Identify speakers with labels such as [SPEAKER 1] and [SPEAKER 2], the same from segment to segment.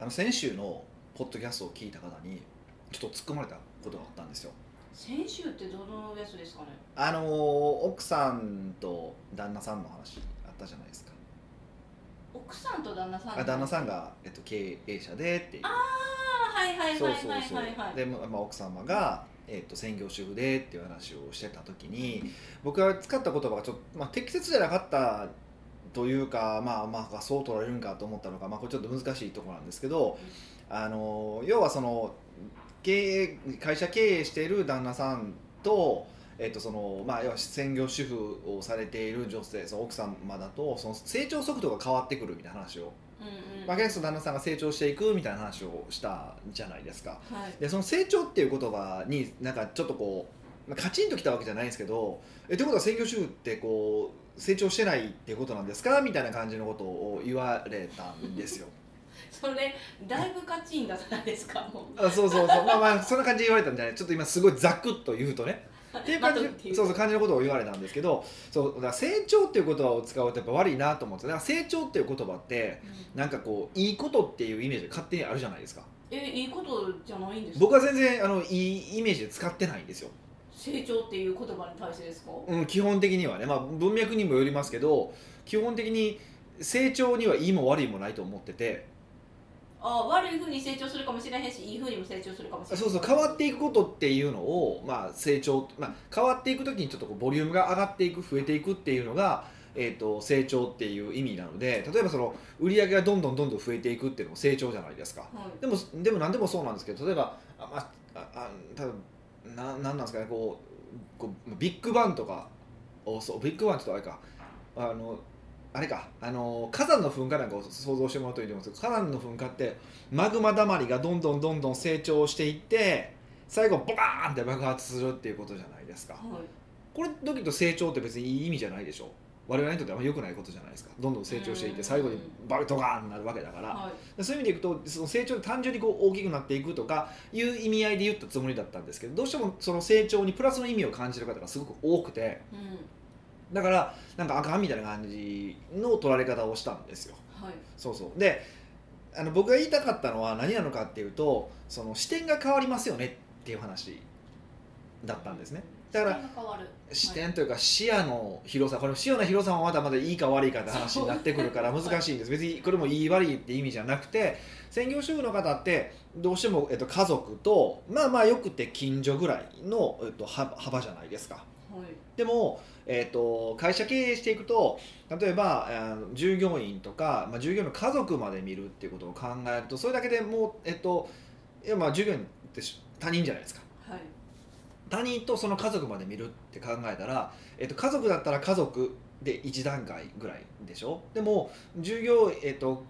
[SPEAKER 1] あの先週のポッドキャストを聞いた方にちょっと突っ込まれたことがあったんですよ
[SPEAKER 2] 先週ってどのやつですかね
[SPEAKER 1] あのー奥さんと旦那さんの話あったじゃないですか
[SPEAKER 2] 奥さんと旦那さん
[SPEAKER 1] あ旦那
[SPEAKER 2] ん
[SPEAKER 1] さんが、えっと、経営者でっていう
[SPEAKER 2] ああはいはい
[SPEAKER 1] そ
[SPEAKER 2] は
[SPEAKER 1] う
[SPEAKER 2] い
[SPEAKER 1] そう
[SPEAKER 2] はい
[SPEAKER 1] そう
[SPEAKER 2] はいはい
[SPEAKER 1] で、まあ、奥様が、えっと、専業主婦でっていう話をしてた時に僕が使った言葉がちょっと、まあ、適切じゃなかったというかまあまあそう取られるんかと思ったのが、まあ、これちょっと難しいところなんですけどあの要はその経営会社経営している旦那さんと,、えっとそのまあ、要は専業主婦をされている女性その奥様だとその成長速度が変わってくるみたいな話を
[SPEAKER 2] うんうん
[SPEAKER 1] まあ、ゲスト旦那さんが成長していくみたいな話をしたじゃないですか
[SPEAKER 2] はい
[SPEAKER 1] でその成長っていう言葉になんかちょっとこうまあカチンときたわけじゃないんですけどえということは専業主婦ってこう成長してないってことなんですかみたいな感じのことを言われたんですよ
[SPEAKER 2] それだいぶカチンだったんですかもう
[SPEAKER 1] あ そうそうそうまあまあそんな感じで言われたんじゃないちょっと今すごいざくっと言うとねっていう感じ
[SPEAKER 2] まとめて言う
[SPEAKER 1] そうそう感じのことを言われたんですけどそうだから成長っていう言葉を使うとやっぱ悪いなと思ってだから成長っていう言葉って
[SPEAKER 2] うん
[SPEAKER 1] なんかこういいことっていうイメージが勝手にあるじゃないですか
[SPEAKER 2] えいいことじゃないんですか
[SPEAKER 1] 僕は全然あのいいイメージで使ってないんですよ、
[SPEAKER 2] 成長っていう言葉に対してですか
[SPEAKER 1] うん、基本的にはね、まあ、文脈にもよりますけど基本的に成長にはいいも悪いもないと思ってて
[SPEAKER 2] あ悪いふうに成長するかもしれへんしいいふうにも成長するかもしれへん
[SPEAKER 1] そうそう変わっていくことっていうのを、まあ、成長、まあ、変わっていく時にちょっとこうボリュームが上がっていく増えていくっていうのが、えー、と成長っていう意味なので例えばその売り上げがどんどんどんどん増えていくっていうのも成長じゃないですか
[SPEAKER 2] はい
[SPEAKER 1] でもでも何でもそうなんですけど例えばあまあああ多分ななんなんですかねこうこうビッグバンとかおそうビッグバンちょっとあれかあのあれかあの火山の噴火なんかを想像してもらうといいと思うんですけど火山の噴火ってマグマだまりがどんどんどんどん成長していって最後ボカーンって爆発するっていうことじゃないですか
[SPEAKER 2] はい
[SPEAKER 1] これだけど成長って別にいい意味じゃないでしょ我々にとってはあんま良くないことじゃないですかどんどん成長していって最後にバルトガーンになるわけだから
[SPEAKER 2] はい
[SPEAKER 1] そういう意味でいくとその成長で単純にこう大きくなっていくとかいう意味合いで言ったつもりだったんですけどどうしてもその成長にプラスの意味を感じる方がすごく多くて
[SPEAKER 2] うん
[SPEAKER 1] だからなんかあかんみたいな感じの取られ方をしたんですよ。
[SPEAKER 2] はい
[SPEAKER 1] そうそうであの僕が言いたかったのは何なのかっていうとその視点が変わりますよねっていう話だったんですね。だから
[SPEAKER 2] 視点が変わる
[SPEAKER 1] 視点というか視野の広さこれ視野の広さもまだまだいいか悪いかって話になってくるから難しいんです別にこれもいい悪いって意味じゃなくて専業主婦の方ってどうしても、えっと、家族とまあまあよくて近所ぐらいの、えっと、幅幅じゃないですか
[SPEAKER 2] はい
[SPEAKER 1] でも、えっと、会社経営していくと例えば、えー従業員とか、まあ、従業員の家族まで見るっていうことを考えるとそれだけでもう、えっといやまあ、従業員って他人じゃないですか
[SPEAKER 2] はい
[SPEAKER 1] 他人とその家族まで見るって考えたら、えっと、家族だったら家族で1段階ぐらいでしょでも従業員、えっと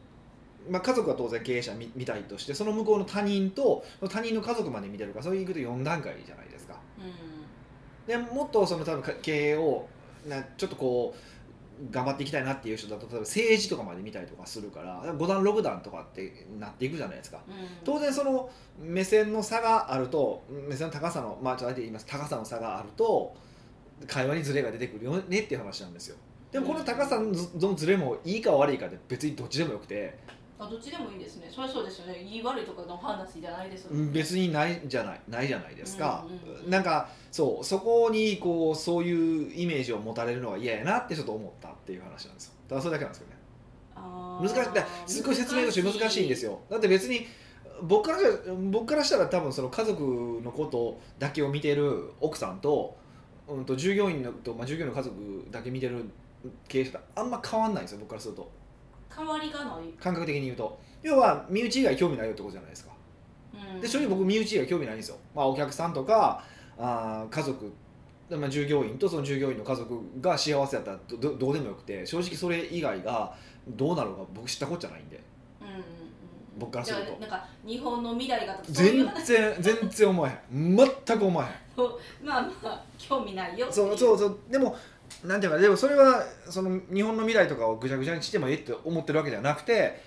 [SPEAKER 1] まあ、家族は当然経営者み見たいとしてその向こうの他人とその他人の家族まで見てるからそれいくと4段階じゃないですか
[SPEAKER 2] うん
[SPEAKER 1] でもっとその多分か経営をなちょっとこう頑張っていきたいなっていう人だと例えば政治とかまで見たりとかするから5段6段とかってなっていくじゃないですか
[SPEAKER 2] うん
[SPEAKER 1] 当然その目線の差があると目線の高さのまあちょっとあえて言います高さの差があると会話にズレが出てくるよねっていう話なんですよでもこの高さのずのズレもいいか悪いかで別にどっちでもよくて
[SPEAKER 2] あどっちでもいいですねそれはそうですよねいい悪いとかの話じゃないですもんね
[SPEAKER 1] 別にないじゃないないじゃないですか
[SPEAKER 2] うんうんうん
[SPEAKER 1] なんかそうそこにこうそういうイメージを持たれるのは嫌やなってちょっと思ったっていう話なんですよただそれだけなんですけどね
[SPEAKER 2] あー
[SPEAKER 1] 難しいだからすごい説明として難しいんです
[SPEAKER 2] よ
[SPEAKER 1] よだって別に僕から僕からしたら多分その家族のことだけを見てる奥さんと,、うん、と従業員のと、まあ、従業員の家族だけ見てる経営者とあんま変わんないんですよ僕からすると
[SPEAKER 2] 変わりがない、
[SPEAKER 1] 感覚的に言うと要は身内以外興味ないよってことじゃないですか
[SPEAKER 2] うん、
[SPEAKER 1] で正直僕身内以外興味ないんですよ、まあ、お客さんとかあー家族まあ、従業員とその従業員の家族が幸せだったらどどどうでもよくて正直それ以外がどうなろうか僕知ったことじゃないんで
[SPEAKER 2] うんうんうん
[SPEAKER 1] 僕からすると
[SPEAKER 2] じゃあなんか日本の未来がとかそうい
[SPEAKER 1] 全
[SPEAKER 2] う話
[SPEAKER 1] 然全然思えへん全く思えへ
[SPEAKER 2] まあまあ興味ないよ
[SPEAKER 1] んそうそう
[SPEAKER 2] う
[SPEAKER 1] そうでもなんていうかでもそれはその日本の未来とかをぐちゃぐちゃにしてもええって思ってるわけじゃなくて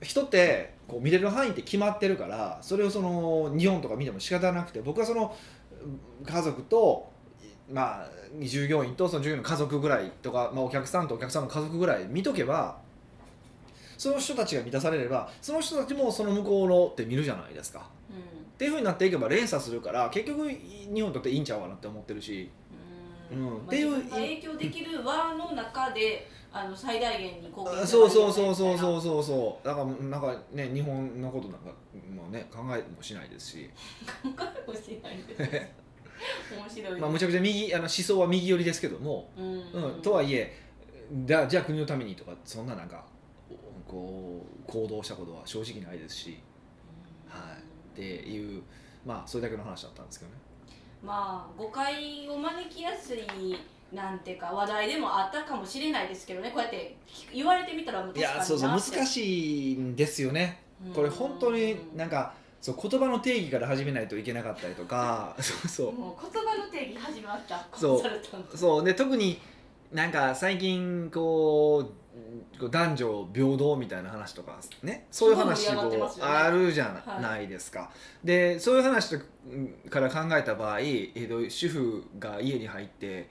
[SPEAKER 1] 人ってこう見れる範囲って決まってるからそれをその日本とか見ても仕方なくて僕はそのうん家族とまあ従業員とその従業員の家族ぐらいとか、まあ、お客さんとお客さんの家族ぐらい見とけばその人たちが満たされればその人たちもその向こうのって見るじゃないですかっ
[SPEAKER 2] うん
[SPEAKER 1] ていうふうになっていけば連鎖するから結局日本にとっていいんちゃうかなって思ってるし
[SPEAKER 2] うん
[SPEAKER 1] うん
[SPEAKER 2] まあ
[SPEAKER 1] っていう
[SPEAKER 2] 自分が影響できる輪の中であの最大限に貢献
[SPEAKER 1] あそうそうそうそう
[SPEAKER 2] う
[SPEAKER 1] そうそうそうだからなんかね日本のことなんかもうね考えもしないですし、
[SPEAKER 2] 考えもしないです面白いで す、
[SPEAKER 1] まあ、むちゃくちゃ右あの思想は右寄りですけども、
[SPEAKER 2] うん
[SPEAKER 1] うん、とはいえだじゃあ国のためにとかそんななんかこう行動したことは正直ないですしはいっていうまあそれだけの話だったんですけどね
[SPEAKER 2] まあ誤解を招きやすいなんてか話題でもあったかもしれないですけどねこうやって聞く言われてみたらもう
[SPEAKER 1] い
[SPEAKER 2] 確かに
[SPEAKER 1] やそうそう難
[SPEAKER 2] い、
[SPEAKER 1] しいんですよね
[SPEAKER 2] うん
[SPEAKER 1] これ本当になんかそう言葉の定義から始めないといけなかったりとか そうそう
[SPEAKER 2] もう言葉の定義始まった
[SPEAKER 1] そう
[SPEAKER 2] コンサルタント
[SPEAKER 1] そうで特になんか最近こうこう男女平等みたいな話とかねそういう話
[SPEAKER 2] すごい盛り上がってま
[SPEAKER 1] こ
[SPEAKER 2] す
[SPEAKER 1] う
[SPEAKER 2] よね
[SPEAKER 1] あるじゃ
[SPEAKER 2] はい
[SPEAKER 1] ないですか、でそういう話とから考えた場合、えっと主婦が家に入って、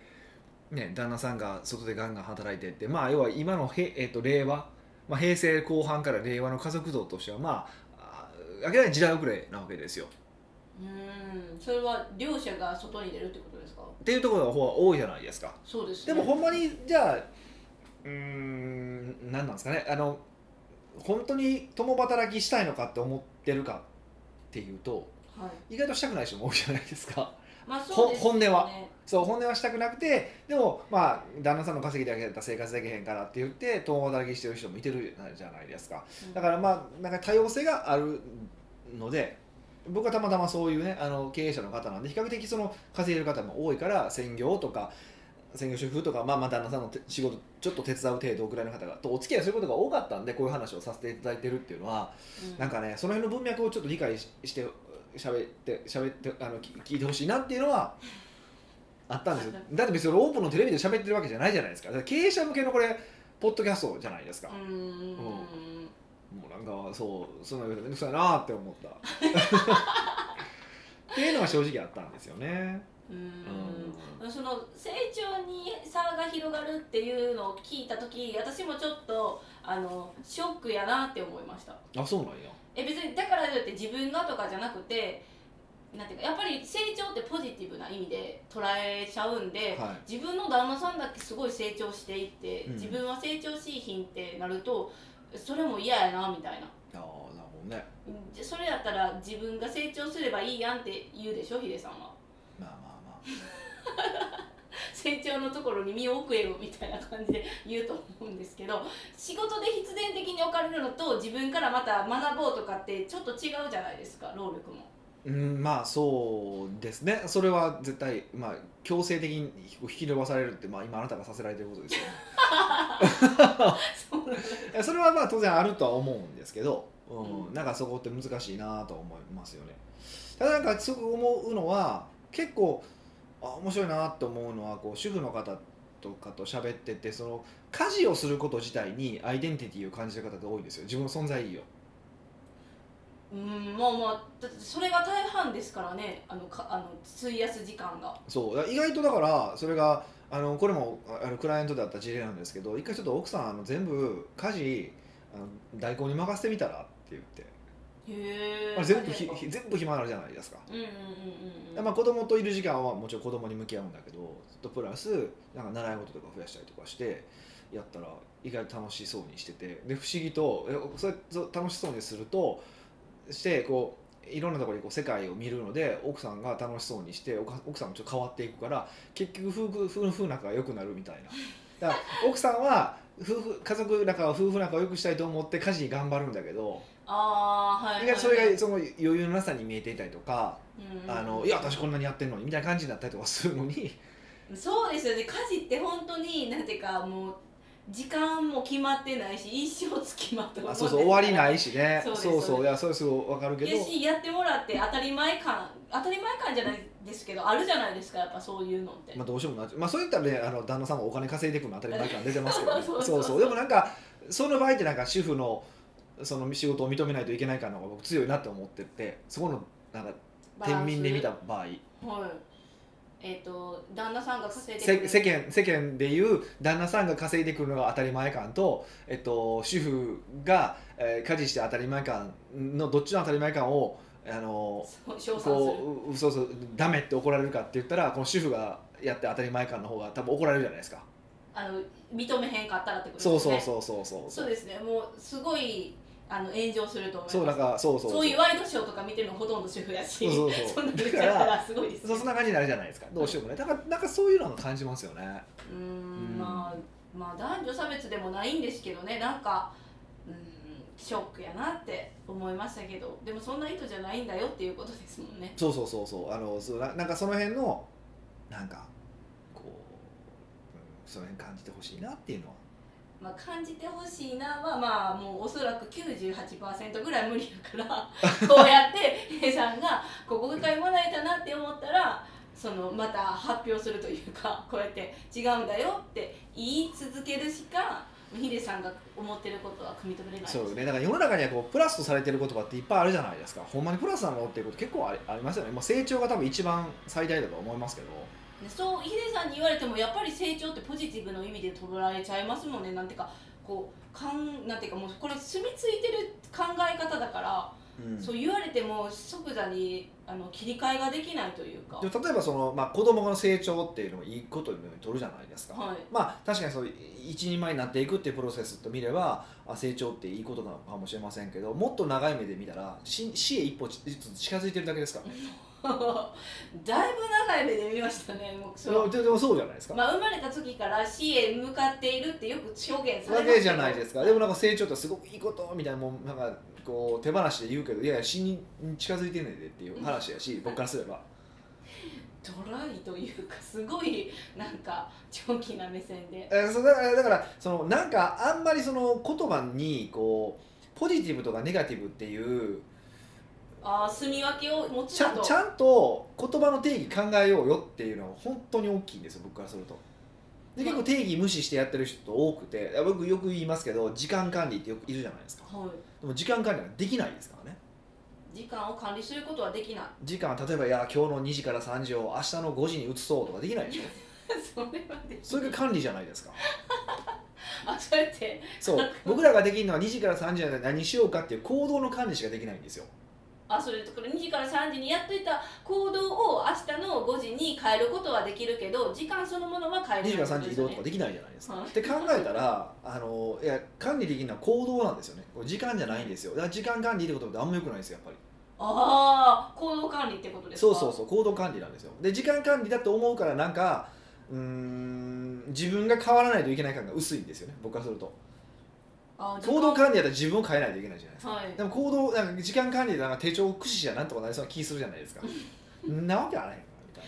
[SPEAKER 1] ね、旦那さんが外でガンガン働いてってまあ要は今のへ、えっと令和、まあ、平成後半から令和の家族像としてはまああ明らかに時代遅れなわけですよ。
[SPEAKER 2] うんそれは両者が外に出るってことですか
[SPEAKER 1] っていうところの方が多いじゃないですか。
[SPEAKER 2] そうです、
[SPEAKER 1] でもほんまにじゃあうーん何なんですかねあの本当に共働きしたいのかって思ってるかっていうと
[SPEAKER 2] はい
[SPEAKER 1] 意外としたくない人も多いじゃないですか
[SPEAKER 2] まあ
[SPEAKER 1] ほ
[SPEAKER 2] そうです
[SPEAKER 1] 本音は
[SPEAKER 2] ね
[SPEAKER 1] そう本音はしたくなくてでもまあ旦那さんの稼ぎだけだったら生活できへんからって言って共働きしてる人もいてるじゃないですかだからまあなんか多様性があるので僕はたまたまそういうねあの経営者の方なんで比較的その稼いでる方も多いから専業とか専業主婦とか、まあ、まあ旦那さんのて仕事ちょっと手伝う程度ぐらいの方がとお付き合いすることが多かったんでこういう話をさせていただいてるっていうのは
[SPEAKER 2] うん
[SPEAKER 1] なんかねその辺の文脈をちょっと理解しして喋って喋ってあのき聞いてほしいなっていうのはあったん ですよだって別にオープンのテレビで喋ってるわけじゃないじゃないですかだから経営者向けのこれポッドキャストじゃないですか
[SPEAKER 2] う、ん
[SPEAKER 1] もうなんかそうそんな言うとめんどくさいなって思った っていうのが正直あったんですよね。
[SPEAKER 2] うんその成長に差が広がるっていうのを聞いた時私もちょっとあのショックやなって思いました
[SPEAKER 1] あそうなんや。
[SPEAKER 2] え別にだからといって自分がとかじゃなくてなんていうかやっぱり成長ってポジティブな意味で捉えちゃうんで、
[SPEAKER 1] は
[SPEAKER 2] 自分の旦那さんだけすごい成長していって、
[SPEAKER 1] うん
[SPEAKER 2] 自分は成長しいひんってなるとそれも嫌やなみたいな
[SPEAKER 1] ああなるほどね。
[SPEAKER 2] うんそれやったら自分が成長すればいいやんって言うでしょヒデさんは
[SPEAKER 1] まあまあま
[SPEAKER 2] 成長のところに身を置くよみたいな感じで言うと思うんですけど仕事で必然的に置かれるのと自分からまた学ぼうとかってちょっと違うじゃないですか労力も。
[SPEAKER 1] あ。うんまあそうですね。それは絶対まあ強制的に引き伸ばされるってまあ今あなたがさせられてることですよね。
[SPEAKER 2] そうなんだ
[SPEAKER 1] いやそれはまあ当然あるとは思うんですけど、うん
[SPEAKER 2] うん
[SPEAKER 1] なんかそこって難しいなとは思いますよねただなんかすごく思うのは結構あ面白いなと思うのはこう主婦の方とかと喋っててその家事をすること自体にアイデンティティを感じる方が多いですよ自分の存在意義を
[SPEAKER 2] うんまあまあだってそれが大半ですからねあのかあの費やす時間が
[SPEAKER 1] そうだから意外とだからそれがあのこれもああのクライアントだった事例なんですけど一回ちょっと奥さんあの全部家事あの代行に任せてみたらって言って
[SPEAKER 2] へえ
[SPEAKER 1] あれ全部ひひ全部暇になるじゃないですか
[SPEAKER 2] うんうんうんうんうん
[SPEAKER 1] まあ、子供といる時間はもちろん子供に向き合うんだけどずっとプラスなんか習い事とか増やしたりとかしてやったら意外と楽しそうにしててで不思議とえそれそう楽しそうにするとしてこういろんなところにこう世界を見るので奥さんが楽しそうにしておか奥さんもちょっと変わっていくから結局夫婦夫婦仲が良くなるみたいなだか ら奥さんは夫婦家族仲を夫婦仲を良くしたいと思って家事に頑張るんだけど
[SPEAKER 2] ああはい
[SPEAKER 1] 意外とそれ
[SPEAKER 2] はい
[SPEAKER 1] がその余裕のなさに見えていたりとか。
[SPEAKER 2] うんうん
[SPEAKER 1] あのいや私こんなにやってんのにみたいな感じになったりとかするの に
[SPEAKER 2] そうですよね家事って本当になんていうかもう時間も決まってないし一生つきまと
[SPEAKER 1] あそうそう終わりないいしね
[SPEAKER 2] そうです
[SPEAKER 1] そう
[SPEAKER 2] そう
[SPEAKER 1] そういやそれすごいわかるけど
[SPEAKER 2] やしやってもらって当たり前感当たり前感じゃないですけどあるじゃないですかやっぱそういうのって、
[SPEAKER 1] まあどうしようもなっちゃうまあそういったらねあの旦那さんもお金稼いでいくの当たり前感出てますけど、ね、
[SPEAKER 2] そう
[SPEAKER 1] そ
[SPEAKER 2] そうう
[SPEAKER 1] そ
[SPEAKER 2] そう
[SPEAKER 1] うでもなんかその場合ってなんか主婦のその仕事を認めないといけない感の方が僕強いなって思っててそこのなんか
[SPEAKER 2] バランス
[SPEAKER 1] 天秤で見た場合
[SPEAKER 2] はい。ええっと旦那さんが稼いでく
[SPEAKER 1] せ
[SPEAKER 2] る
[SPEAKER 1] 世間世間でいう旦那さんが稼いでくるのが当たり前感と、えっと、主婦が、えー家事して当たり前感のどっちの当たり前感をあの
[SPEAKER 2] そう称賛する
[SPEAKER 1] こううそうそうダメって怒られるかって言ったらこの主婦がやって当たり前感の方が多分怒られるじゃないですか、
[SPEAKER 2] あの認めへんかったらってことです
[SPEAKER 1] そ
[SPEAKER 2] ね
[SPEAKER 1] うそうそうそうそう
[SPEAKER 2] そうですねもうすごいあの炎上すると思います
[SPEAKER 1] そうなんかそうそう
[SPEAKER 2] そういうワイドショーとか見てるのほとんど主婦やし
[SPEAKER 1] そうそうそうん
[SPEAKER 2] なの言っちゃったらすごいですね
[SPEAKER 1] そうそんな感じになるじゃないですかどうしてもねだからなんかそういうのも感じますよね
[SPEAKER 2] うーんまあまあ男女差別でもないんですけどねなんかうーんショックやなって思いましたけどでもそんな意図じゃないんだよっていうことですもんね
[SPEAKER 1] そうそうそうそうあのそうななんかその辺のなんかこう、うん、その辺感じてほしいなっていうのは
[SPEAKER 2] まあ感じてほしいなはまあもうおそらく98%ぐらい無理やから こうやって平さんがここが読まないかなって思ったらそのまた発表するというかこうやって違うんだよって言い続けるしかヒデさんが思ってることは汲み止めれないです
[SPEAKER 1] そうねだから世の中にはこうプラスとされてる言葉っていっぱいあるじゃないですかほんまにプラスなのっていうこと結構ありありますよね、まあ、成長が多分一番最大だと思いますけど
[SPEAKER 2] でそうヒデさんに言われてもやっぱり成長ってポジティブの意味で捉えちゃいますもんねなんていうかこうかんなんていうかもうこれ住みついてる考え方だから、
[SPEAKER 1] うん
[SPEAKER 2] そう言われても即座にあの切り替えができないというか
[SPEAKER 1] でも例えばその、まあ、子供の成長っていうのもいいことにとるじゃないですか、
[SPEAKER 2] はい
[SPEAKER 1] まあ確かにそう一人前になっていくっていうプロセスと見ればあ成長っていいことなのかもしれませんけどもっと長い目で見たらし死へ一歩ちずつ近づいてるだけですからね
[SPEAKER 2] だいぶ長い目で見ましたねもうそ
[SPEAKER 1] でも
[SPEAKER 2] う
[SPEAKER 1] ででもそうじゃないですか、
[SPEAKER 2] まあ生まれた時から死へ向かっているってよく表現され
[SPEAKER 1] わ
[SPEAKER 2] ます
[SPEAKER 1] けじゃないですすかでもなんか成長ってすごくいいことみたいなもうなんかこう手放しで言うけどいやいや死に近づいてんねんでっていう話やし僕からすれば
[SPEAKER 2] ドライというかすごいなんか長期な目線で
[SPEAKER 1] えーそうだだからそのなんかあんまりその言葉にこうポジティブとかネガティブっていう
[SPEAKER 2] ああ住み分けをもち
[SPEAKER 1] ちゃ
[SPEAKER 2] ろん
[SPEAKER 1] ん
[SPEAKER 2] と
[SPEAKER 1] ちゃんと言葉の定義考えようよっていうのは本当に大きいんですよ僕からすると。で結構定義無視してやってる人多くて僕よく言いますけど時間管理ってよくいるじゃないですか
[SPEAKER 2] はい
[SPEAKER 1] でも時間管理はできないですからね
[SPEAKER 2] 時間を管理することはできない
[SPEAKER 1] 時間は例えばいや今日の2時から3時を明日の5時に移そうとかできないでしょ
[SPEAKER 2] それはでき
[SPEAKER 1] それが管理じゃないですか
[SPEAKER 2] あそうやって
[SPEAKER 1] そう僕らができるのは2時から3時まで何しようかっていう行動の管理しかできないんですよ
[SPEAKER 2] あそれとこれ2時から3時にやっといた行動を明日の5時に変えることはできるけど時間そのものは変え
[SPEAKER 1] 2
[SPEAKER 2] れ
[SPEAKER 1] 時
[SPEAKER 2] な
[SPEAKER 1] から
[SPEAKER 2] い
[SPEAKER 1] 3時移動とかできないじゃないですか。
[SPEAKER 2] はい
[SPEAKER 1] って考えたらあのいや管理できるのは行動なんですよねこれ時間じゃないんですよだから時間管理ってことであんまよくないですよやっぱ
[SPEAKER 2] ああ行動管理ってことで
[SPEAKER 1] り
[SPEAKER 2] すか
[SPEAKER 1] そうそうそう行動管理なんですよで時間管理だと思うからなんかうーん自分が変わらないといけない感が薄いんですよね僕からすると
[SPEAKER 2] あー時間
[SPEAKER 1] 行動管理だったら自分を変えないといけないじゃないですか
[SPEAKER 2] はい
[SPEAKER 1] でも行動なんか時間管理でなんか手帳を駆使じゃなんとかなりそうな気するじゃない ですかなわけはないよな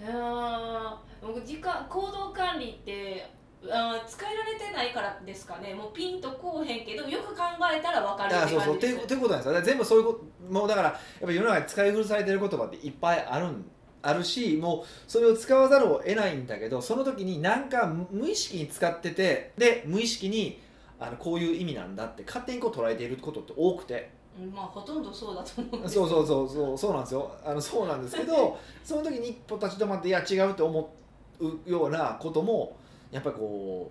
[SPEAKER 1] みたいない
[SPEAKER 2] やー僕時間行動管理ってあー使えられてないからですかねもうピンとこうへんけどよく考えたら分かる
[SPEAKER 1] だから
[SPEAKER 2] って
[SPEAKER 1] そうそう
[SPEAKER 2] 感
[SPEAKER 1] っ
[SPEAKER 2] じ
[SPEAKER 1] て
[SPEAKER 2] です
[SPEAKER 1] ってことなんですよだから全部そういうこともうだからやっぱ世の中に使い古されてる言葉っていっぱいあるんあるしもうそれを使わざるを得ないんだけどその時になんか無意識に使っててで無意識にあのこういう意味なんだって勝手にこう捉えていることって多くて
[SPEAKER 2] うんまあほとんどそうだと思うんです
[SPEAKER 1] そうそうそうそうそうなんですよあのそうなんですけ どその時に一歩立ち止まっていや違うって思うようなこともやっぱりこ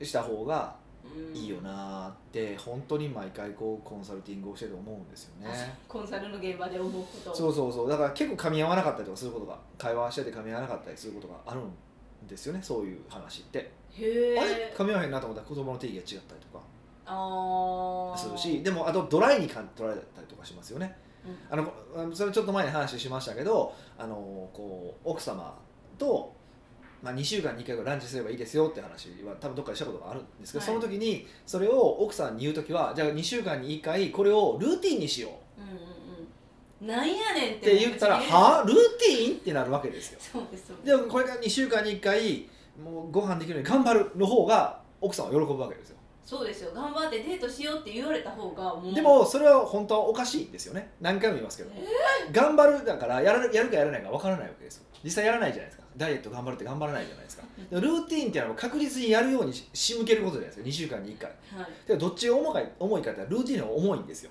[SPEAKER 1] うした方が
[SPEAKER 2] うん
[SPEAKER 1] いいよなーって本当に毎回こうコンサルティングをしてて思うんですよね。
[SPEAKER 2] コンサルの現場で思うこと
[SPEAKER 1] そうそうそうだから結構噛み合わなかったりとかすることが会話してて噛み合わなかったりすることがあるんですよねそういう話って、
[SPEAKER 2] へ
[SPEAKER 1] あれ
[SPEAKER 2] え
[SPEAKER 1] 噛み合わへんなと思ったら言葉の定義が違ったりと
[SPEAKER 2] あ
[SPEAKER 1] か
[SPEAKER 2] あ
[SPEAKER 1] するしでもあとドライにか取られたりとかしますよね
[SPEAKER 2] うん
[SPEAKER 1] あのあのそれちょっと前に話しましたけどあのこう奥様と、まあ、2週間に1回ぐらいランチすればいいですよって話は多分どっかでしたことがあるんですけど、
[SPEAKER 2] はい
[SPEAKER 1] その時にそれを奥さんに言う時はじゃあ2週間に1回これをルーティンにしよう
[SPEAKER 2] うんうんうんなんやねんっ
[SPEAKER 1] って言ったら「はあルーティン?」ってなるわけですよ
[SPEAKER 2] そうですそうです
[SPEAKER 1] でもこれから2週間に1回もうご飯できるように頑張るの方が奥さんは喜ぶわけですよ
[SPEAKER 2] そうですよ頑張ってデートしようって言われた方がもう
[SPEAKER 1] でもそれは本当はおかしいんですよね何回も言いますけど、頑張るだからやるやるかやらないか分からないわけですよ実際やらないじゃないですかダイエット頑張るって頑張らないじゃないですかでもルーティンっていうのは確実にやるようにし仕向けることじゃないですか2週間に1回
[SPEAKER 2] はい
[SPEAKER 1] でどっちが重かい重いかって言ったらルーティンの方が重いんですよ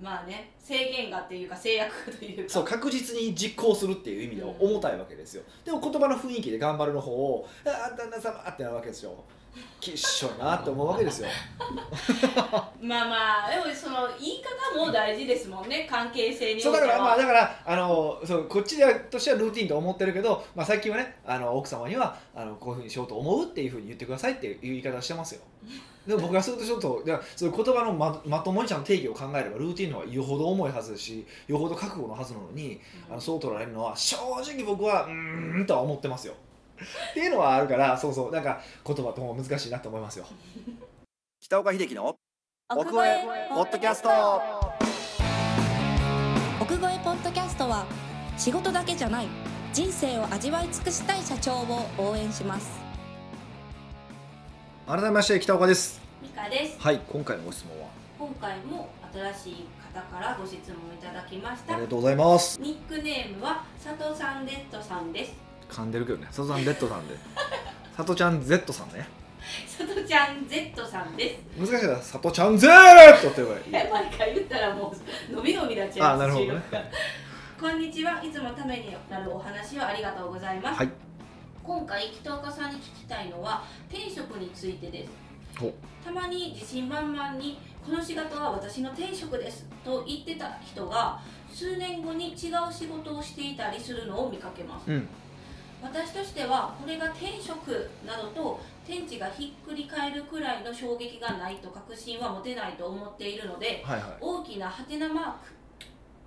[SPEAKER 2] まあね制限がっていうか制約というか
[SPEAKER 1] そう確実に実行するっていう意味では重たいわけですよでも言葉の雰囲気で頑張るの方を「ああ旦那様」ってなるわけですよきっしょいなって思うわけですよ
[SPEAKER 2] まあまあでもその言い方も大事ですもんね関係性に
[SPEAKER 1] そう
[SPEAKER 2] おい
[SPEAKER 1] だ
[SPEAKER 2] て
[SPEAKER 1] からまあ
[SPEAKER 2] は
[SPEAKER 1] だからあのそうこっちとしてはルーティンと思ってるけど、まあ、最近はねあの奥様にはあのこういうふうにしようと思うっていうふうに言ってくださいっていう言い方をしてますよでも僕がするとちょっとだからそういう言葉のままともにちゃんの定義を考えればルーティンの方がよほど重いはずだしよほど覚悟のはずなのにあのそう取られるのは正直僕はうーんとは思ってますよっていうのはあるからそうそうなんか言葉とも難しいなと思いますよ北岡秀樹の
[SPEAKER 3] 奥越えポッドキャスト奥越えポッドキャストは仕事だけじゃない人生を味わい尽くしたい社長を応援します
[SPEAKER 1] 改めまして北岡です
[SPEAKER 2] ミカです
[SPEAKER 1] はい今回のご質問は
[SPEAKER 2] 今回も新しい方からご質問いただきまし
[SPEAKER 1] あ
[SPEAKER 2] た
[SPEAKER 1] りがとうございます
[SPEAKER 2] ニックネームは佐藤さんデッドさんです
[SPEAKER 1] 噛んでるけどね佐藤さん Z さんで佐藤ちゃん Z さんね
[SPEAKER 2] 佐藤ちゃん Z さんです
[SPEAKER 1] 難しいから佐藤ちゃん Z って言えばいい
[SPEAKER 2] 毎回言ったらもう伸び伸びなっちゃいます
[SPEAKER 1] あなるほどね
[SPEAKER 2] 収録がこんにちはいつもためになるお話をありがとうございます、
[SPEAKER 1] はい
[SPEAKER 2] 今回北岡さんに聞きたいのは転職についてです
[SPEAKER 1] ほう
[SPEAKER 2] たまに自信満々に「この仕事は私の転職です」と言ってた人が数年後に違う仕事をしていたりするのを見かけます
[SPEAKER 1] うん
[SPEAKER 2] 私としてはこれが転職などと天地がひっくり返るくらいの衝撃がないと確信は持てないと思っているので
[SPEAKER 1] はいは
[SPEAKER 2] 大きなハテナマ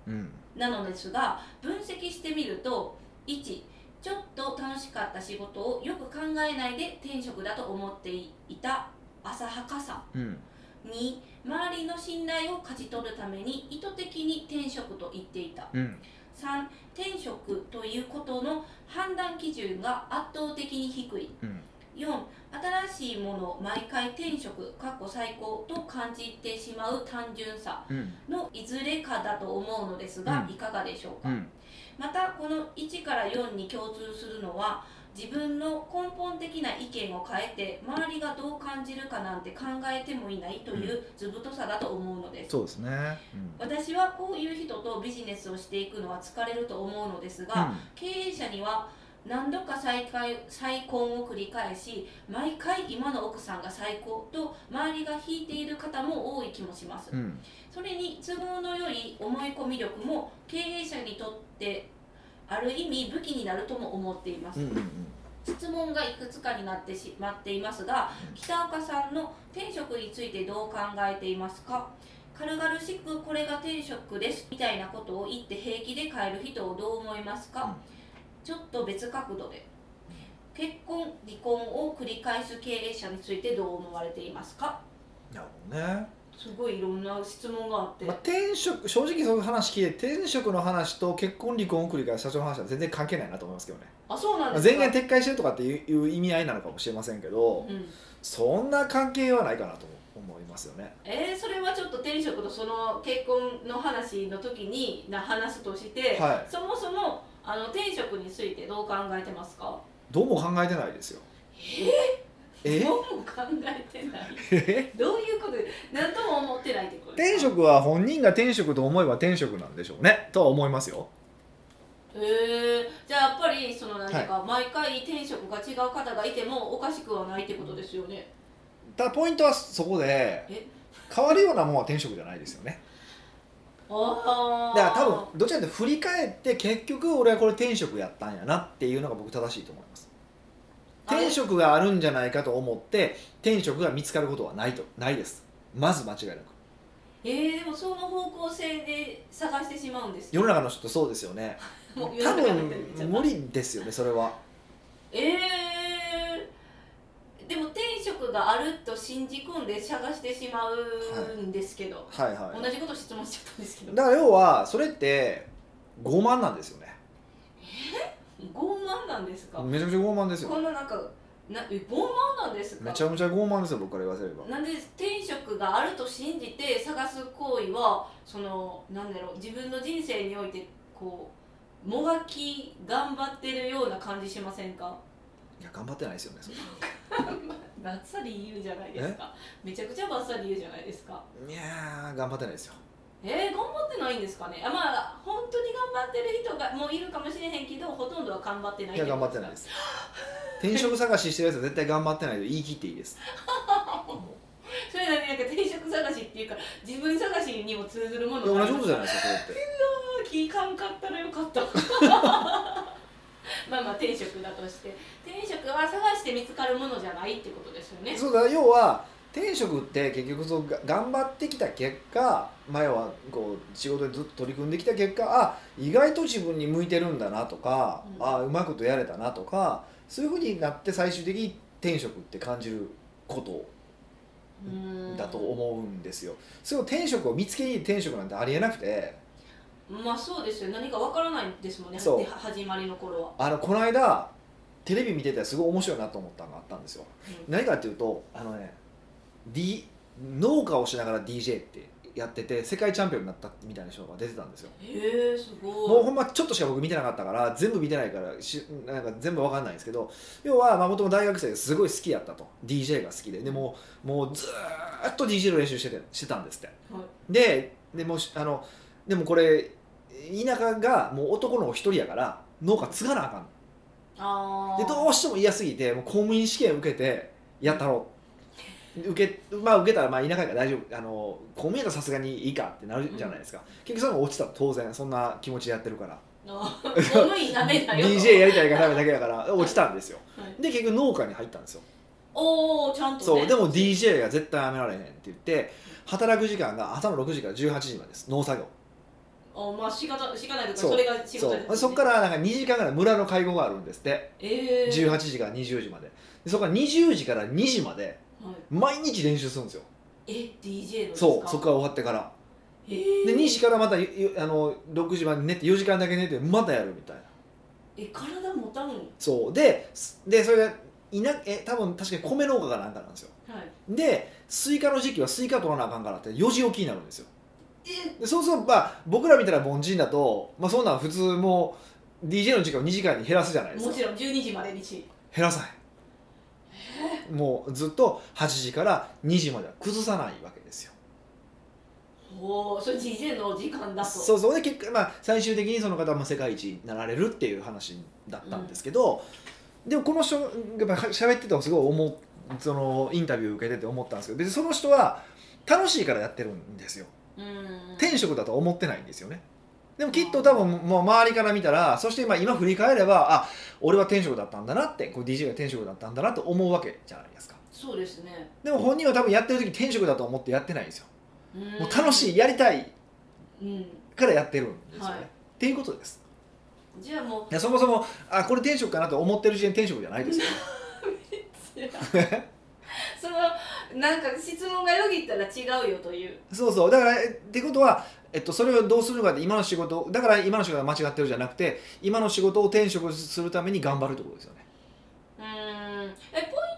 [SPEAKER 2] ーク
[SPEAKER 1] いうん
[SPEAKER 2] なのですが分析してみると1ちょっと楽しかった仕事をよく考えないで転職だと思っていた浅はかさ
[SPEAKER 1] うん
[SPEAKER 2] 2周りの信頼を勝ち取るために意図的に転職と言っていた
[SPEAKER 1] うん
[SPEAKER 2] 3転職ということの判断基準が圧倒的に低い
[SPEAKER 1] うん
[SPEAKER 2] 4新しいもの毎回転職過去最高と感じてしまう単純さ
[SPEAKER 1] うん
[SPEAKER 2] のいずれかだと思うのですが、
[SPEAKER 1] うん
[SPEAKER 2] いかがでしょうか、
[SPEAKER 1] うん
[SPEAKER 2] またこの1から4に共通するのは自分の根本的な意見を変えて周りがどう感じるかなんて考えてもいないという図太さだと思うのです
[SPEAKER 1] そうですねうん
[SPEAKER 2] 私はこういう人とビジネスをしていくのは疲れると思うのですが、経営者には何度か再会再婚を繰り返し毎回今の奥さんが最高と周りが引いている方も多い気もします
[SPEAKER 1] うんうん
[SPEAKER 2] それに都合の良い思い込み力も経営者にとってある意味武器になるとも思っています、
[SPEAKER 1] うんうん
[SPEAKER 2] 質問がいくつかになってしまっていますが
[SPEAKER 1] うん
[SPEAKER 2] 北岡さんの転職についてどう考えていますか軽々しくこれが転職ですみたいなことを言って平気で変える人をどう思いますか、ちょっと別角度で結婚離婚を繰り返す経営者についてどう思われていますか
[SPEAKER 1] なるほどね、
[SPEAKER 2] すごいいろんな質問があって、
[SPEAKER 1] まあ、転職正直そういう話聞いて転職の話と結婚離婚を繰り返す社長の話は全然関係ないなと思いますけどね、
[SPEAKER 2] あそうなん
[SPEAKER 1] まあ、
[SPEAKER 2] です
[SPEAKER 1] 全
[SPEAKER 2] か
[SPEAKER 1] 員撤回してるとかっていういう意味合いなのかもしれませんけど
[SPEAKER 2] うん
[SPEAKER 1] そんな関係はないかなと思いますよね
[SPEAKER 2] えー、それはちょっと転職とその結婚の話の時にな話すとして、
[SPEAKER 1] は
[SPEAKER 2] そもそもあの転職についてどう考えてますか
[SPEAKER 1] どうも考えてないですよえ
[SPEAKER 2] どうも考えてない
[SPEAKER 1] え
[SPEAKER 2] どういうことで何とも思ってないってこと
[SPEAKER 1] 転
[SPEAKER 2] ですか
[SPEAKER 1] 職は本人が転職と思えば転職なんでしょうねとは思いますよ
[SPEAKER 2] へえじゃあやっぱりその何ていうか、毎回転職が違う方がいてもおかしくはないってことですよね
[SPEAKER 1] ただポイントはそこで
[SPEAKER 2] え
[SPEAKER 1] 変わるようなもんは転職じゃないですよね
[SPEAKER 2] ああ
[SPEAKER 1] だから多分どちらかというと振り返って結局俺はこれ転職やったんやなっていうのが僕正しいと思います転職があるんじゃないかと思って転職が見つかることはないとないですまず間違いなく
[SPEAKER 2] えー、でもその方向性で探してしまうんです
[SPEAKER 1] 世の
[SPEAKER 2] 中
[SPEAKER 1] 中の人ってそうですよね
[SPEAKER 2] もう世
[SPEAKER 1] 多
[SPEAKER 2] の中の人に言っち
[SPEAKER 1] 分
[SPEAKER 2] ゃった
[SPEAKER 1] 無理ですよねそれは
[SPEAKER 2] えー、でも転職があると信じ込んで探してしまうんですけど、
[SPEAKER 1] はいは
[SPEAKER 2] 同じこと質問しちゃったんですけ
[SPEAKER 1] い
[SPEAKER 2] ど
[SPEAKER 1] だから要はそれって傲慢なんですよね
[SPEAKER 2] 傲慢なんですか、
[SPEAKER 1] めちゃめちゃ傲慢ですよ
[SPEAKER 2] こんななんかなえ傲慢なんですか
[SPEAKER 1] めちゃめちゃ傲慢ですよ僕から言わせれば
[SPEAKER 2] なんで転職があると信じて探す行為はそのなんだろう自分の人生においてこうもがき頑張ってるような感じしませんか
[SPEAKER 1] いや頑張ってないですよねそれ
[SPEAKER 2] バッサリ言うじゃないですかめちゃくちゃバッサリ言うじゃないですか
[SPEAKER 1] いやー頑張ってないですよ
[SPEAKER 2] えー、頑張ってないんですかねあまあ本当に頑張ってる人がもういるかもしれへんけどほとんどは頑張ってない
[SPEAKER 1] いや頑張ってないです転職探ししてるやつは絶対頑張ってないと言い切っていいですも
[SPEAKER 2] それなりになんか転職探しっていうか自分探しにも通ずるもの
[SPEAKER 1] ういや
[SPEAKER 2] が
[SPEAKER 1] 同
[SPEAKER 2] あ
[SPEAKER 1] じ
[SPEAKER 2] る
[SPEAKER 1] ことじゃないですかそれって
[SPEAKER 2] 聞かんかったらよかった まあまあ転職だとして転職は探して見つかるものじゃないってことですよね
[SPEAKER 1] そうだ要は転職って結局そうが頑張ってきた結果前はこう仕事でずっと取り組んできた結果あ意外と自分に向いてるんだなとか、
[SPEAKER 2] うん
[SPEAKER 1] あうまいことやれたなとかそういうふうになって最終的に転職って感じること
[SPEAKER 2] うーん
[SPEAKER 1] だと思うんですよ。それを転職を見つけに転職なんてありえなくて
[SPEAKER 2] まあそうですよ何かわからないですもんね
[SPEAKER 1] そう
[SPEAKER 2] で始まりの頃は、
[SPEAKER 1] あのこの間テレビ見ててすごい面白いなと思ったのがあったんですよ。
[SPEAKER 2] うん
[SPEAKER 1] 何かっていうとあのね、D、農家をしながら DJ ってやってて世界チャンピオンになったみたいな人が出てたんですよ
[SPEAKER 2] へえす
[SPEAKER 1] もう
[SPEAKER 2] ご
[SPEAKER 1] ほんまちょっとしか僕見てなかったから全部見てないからしなんか全部わかんないんですけど要はまあ元も大学生ですごい好きやったと DJ が好きででもうもうずーっと DJ の練習しててしてたんですって、
[SPEAKER 2] は
[SPEAKER 1] ででもしあのでもこれ田舎がもう男の子一人やから農家継がなあかん
[SPEAKER 2] いあ
[SPEAKER 1] で
[SPEAKER 2] あ
[SPEAKER 1] どうしても嫌すぎてもう公務員試験受けてやったろう受け,、まあ、受けたらまあ田舎やから大丈夫あの公務員やったらさすがにいいかってなるじゃないですか、結局そういうの落ちたら当然そんな気持ちでやってる から
[SPEAKER 2] 寒いダメだよ
[SPEAKER 1] DJ やりたいがためだけだから落ちたんですよ
[SPEAKER 2] はい
[SPEAKER 1] で結局農家に入ったんですよ
[SPEAKER 2] おおちゃんと、ね、
[SPEAKER 1] そうでも DJ が絶対やめられへんって言って働く時間が朝の6時から18時までです農作業
[SPEAKER 2] あまあ仕方仕方ないというか
[SPEAKER 1] そう
[SPEAKER 2] それが仕
[SPEAKER 1] そ
[SPEAKER 2] 事
[SPEAKER 1] う
[SPEAKER 2] です、
[SPEAKER 1] でそこからなんか2時間ぐらい村の会合があるんですって
[SPEAKER 2] ええー
[SPEAKER 1] 18時から20時まででそこから20時から2時まで
[SPEAKER 2] はい、
[SPEAKER 1] 毎日練習するんですよ
[SPEAKER 2] え DJ のですか
[SPEAKER 1] そうそこから終わってから
[SPEAKER 2] へー
[SPEAKER 1] で2時からまたゆゆあの6時まで寝て4時間だけ寝てまたやるみたいな
[SPEAKER 2] え体持たんはい
[SPEAKER 1] そうですでそれがいなえ多分確かに米農家かなんかなんですよでスイカの時期はスイカ取らなあかんからって4時起きになるんですよ
[SPEAKER 2] え
[SPEAKER 1] でそうするとまあ僕らみたいな凡人だと、まあ、そんなん普通もう DJ の時間を2時間に減らすじゃないです
[SPEAKER 2] も
[SPEAKER 1] か
[SPEAKER 2] ちろん12時までにし
[SPEAKER 1] 減らさないもうずっと8時から2時までは崩さないわけですよ
[SPEAKER 2] おおそれ DJ の時間だと
[SPEAKER 1] そうそうで結果、まあ、最終的にその方はまあ世界一になられるっていう話だったんですけど、でもこの人がやっぱ喋っててもすごい思うそのインタビュー受けてて思ったんですけど別にその人は楽しいからやってるんですよ
[SPEAKER 2] ううん
[SPEAKER 1] 天職だとは思ってないんですよねでもきっと多分もう周りから見たらそして今今振り返ればあ俺は天職だったんだなってこう DJ が天職だったんだなと思うわけじゃないですか
[SPEAKER 2] そうですね
[SPEAKER 1] でも本人は多分やってる時天職だと思ってやってないんですよも
[SPEAKER 2] も
[SPEAKER 1] う楽しいやりたい
[SPEAKER 2] い、うん、
[SPEAKER 1] からやってるんですよね、
[SPEAKER 2] はい
[SPEAKER 1] っていうことです
[SPEAKER 2] じゃあも
[SPEAKER 1] いやそもそもあこれ転職かなと思ってる時点転職じゃないですよ
[SPEAKER 2] う そのなんか質問がよぎったら違うよという
[SPEAKER 1] そうそうだからえってことは、えっと、それをどうするかって今の仕事をだから今の仕事が間違ってるじゃなくて今の仕事を転職するために頑張るってことですよね
[SPEAKER 2] うんえポイン